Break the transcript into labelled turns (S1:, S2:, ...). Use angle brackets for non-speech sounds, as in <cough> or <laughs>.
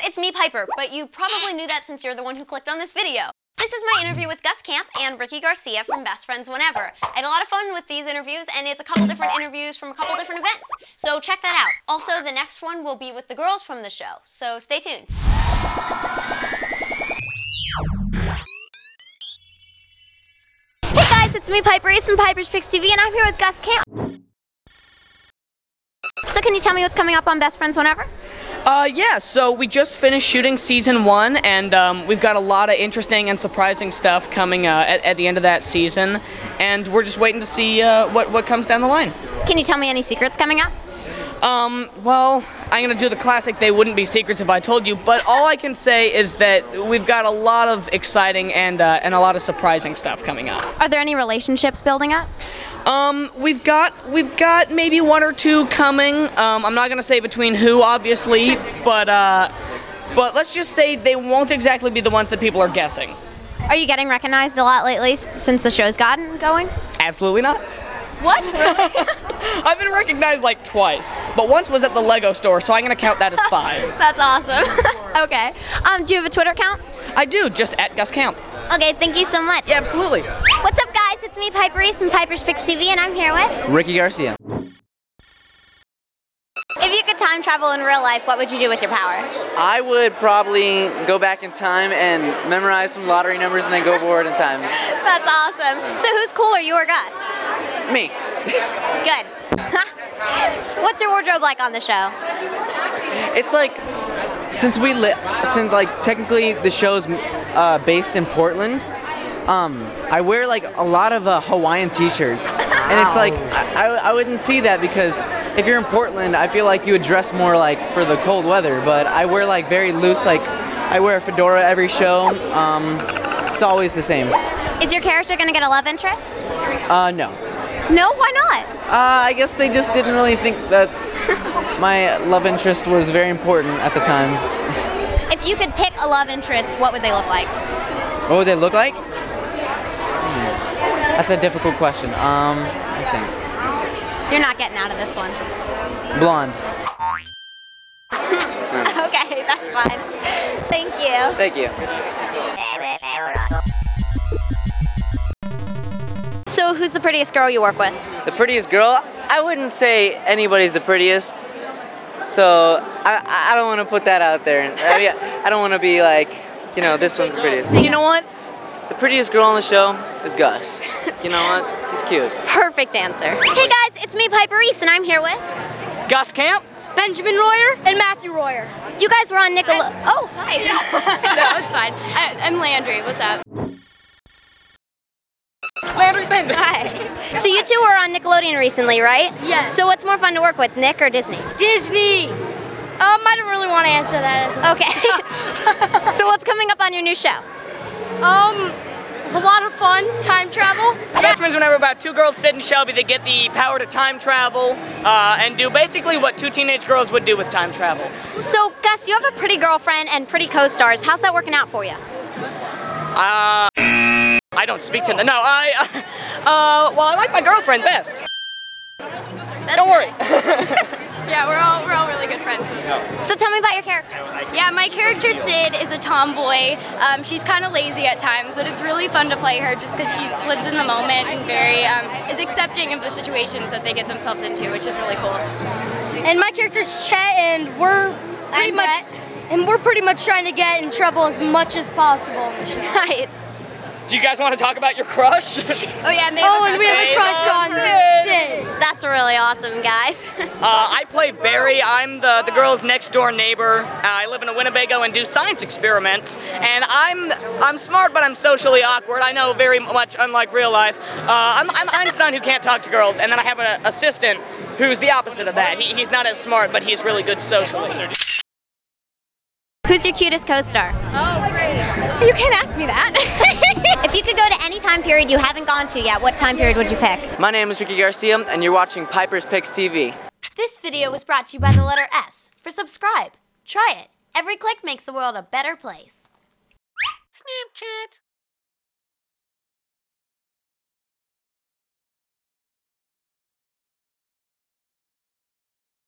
S1: it's me, Piper, but you probably knew that since you're the one who clicked on this video. This is my interview with Gus Camp and Ricky Garcia from Best Friends Whenever. I had a lot of fun with these interviews, and it's a couple different interviews from a couple different events, so check that out. Also, the next one will be with the girls from the show, so stay tuned. Hey guys, it's me, Piper East from Piper's Picks TV, and I'm here with Gus Camp. So, can you tell me what's coming up on Best Friends Whenever?
S2: Uh, yeah, so we just finished shooting season one, and um, we've got a lot of interesting and surprising stuff coming uh, at, at the end of that season, and we're just waiting to see uh, what, what comes down the line.
S1: Can you tell me any secrets coming up?
S2: Um, well, I'm gonna do the classic, they wouldn't be secrets if I told you, but all I can say is that we've got a lot of exciting and, uh, and a lot of surprising stuff coming up.
S1: Are there any relationships building up?
S2: Um, we've got we've got maybe one or two coming. Um, I'm not gonna say between who, obviously, but uh, but let's just say they won't exactly be the ones that people are guessing.
S1: Are you getting recognized a lot lately s- since the show's gotten going?
S2: Absolutely not.
S1: What? <laughs>
S2: I've been recognized like twice, but once was at the Lego store, so I'm gonna count that as five.
S1: That's awesome. <laughs> okay. Um, do you have a Twitter account?
S2: I do just at Gus Camp.
S1: Okay, thank you so much.
S2: Yeah, absolutely.
S1: What's up, guys? It's me, Piper East from Piper's Fix TV, and I'm here with.
S3: Ricky Garcia.
S1: If you could time travel in real life, what would you do with your power?
S3: I would probably go back in time and memorize some lottery numbers and then go forward in time.
S1: That's awesome. So, who's cooler, you or Gus?
S3: Me.
S1: <laughs> Good. <laughs> What's your wardrobe like on the show?
S3: It's like since we li- since like technically the show's uh, based in Portland. Um, I wear like a lot of uh, Hawaiian T-shirts, and it's like I, I, I wouldn't see that because if you're in Portland, I feel like you would dress more like for the cold weather. But I wear like very loose, like I wear a fedora every show. Um, it's always the same.
S1: Is your character gonna get a love interest?
S3: Uh, no,
S1: No, why not?
S3: Uh, I guess they just didn't really think that my love interest was very important at the time.
S1: If you could pick a love interest, what would they look like?
S3: What would they look like? Hmm. That's a difficult question. Um, I
S1: You're not getting out of this one. <laughs>
S3: think blonde.
S1: Okay, that's fine. Thank you.
S3: Thank you.
S1: So, who's the prettiest girl you work with?
S3: The prettiest girl? I wouldn't say anybody's the prettiest. So I, I don't want to put that out there. I, mean, I don't want to be like, you know, this one's the prettiest. You know what? The prettiest girl on the show is Gus. You know what? He's cute.
S1: Perfect answer. Hey guys, it's me, Piper Reese, and I'm here with.
S2: Gus Camp.
S4: Benjamin Royer and Matthew Royer.
S1: You guys were on Nickelodeon. Oh, hi.
S5: <laughs> no,
S1: <laughs>
S5: it's fine. I, I'm Landry. What's up?
S2: Landry Bender.
S1: so, you two were on Nickelodeon recently, right?
S4: Yes.
S1: So, what's more fun to work with, Nick or Disney?
S4: Disney. Um, I don't really want to answer that.
S1: Okay. <laughs> so, what's coming up on your new show?
S4: Um, a lot of fun, time travel.
S2: Best friends whenever about two girls, Sid and Shelby, that get the power to time travel uh, and do basically what two teenage girls would do with time travel.
S1: So, Gus, you have a pretty girlfriend and pretty co stars. How's that working out for you?
S2: I don't speak to them. No, I. <laughs> Uh, well, I like my girlfriend best. don't worry.
S5: Yeah, we're all we're all really good friends.
S1: So, tell me about your character.
S5: Yeah, my character Sid is a tomboy. Um, she's kind of lazy at times, but it's really fun to play her just because she lives in the moment and very um, is accepting of the situations that they get themselves into, which is really cool.
S4: And my character's Chet, and we're pretty
S1: I'm
S4: much
S1: Brett.
S4: and we're pretty much trying to get in trouble as much as possible. <laughs> on the show.
S1: Nice.
S2: <laughs> Do you guys want to talk about your crush? <laughs>
S5: Oh yeah, and they
S4: Oh,
S5: have
S4: and
S5: a
S4: we have
S5: crush.
S4: a crush on
S2: Sid.
S4: Sid.
S1: That's really awesome, guys. <laughs>
S2: Uh, I play Barry. I'm the, the girl's next door neighbor. Uh, I live in a Winnebago and do science experiments. And I'm I'm smart, but I'm socially awkward. I know very much unlike real life. Uh, I'm, I'm Einstein who can't talk to girls. And then I have an assistant who's the opposite of that. He, he's not as smart, but he's really good socially.
S1: Who's your cutest co star?
S4: Oh,
S5: You can't ask me
S1: <laughs>
S5: that.
S1: If you could go to any time period you haven't gone to yet, what time period would you pick?
S3: My name is Ricky Garcia, and you're watching Piper's Picks TV.
S6: This video was brought to you by the letter S for subscribe. Try it. Every click makes the world a better place. Snapchat.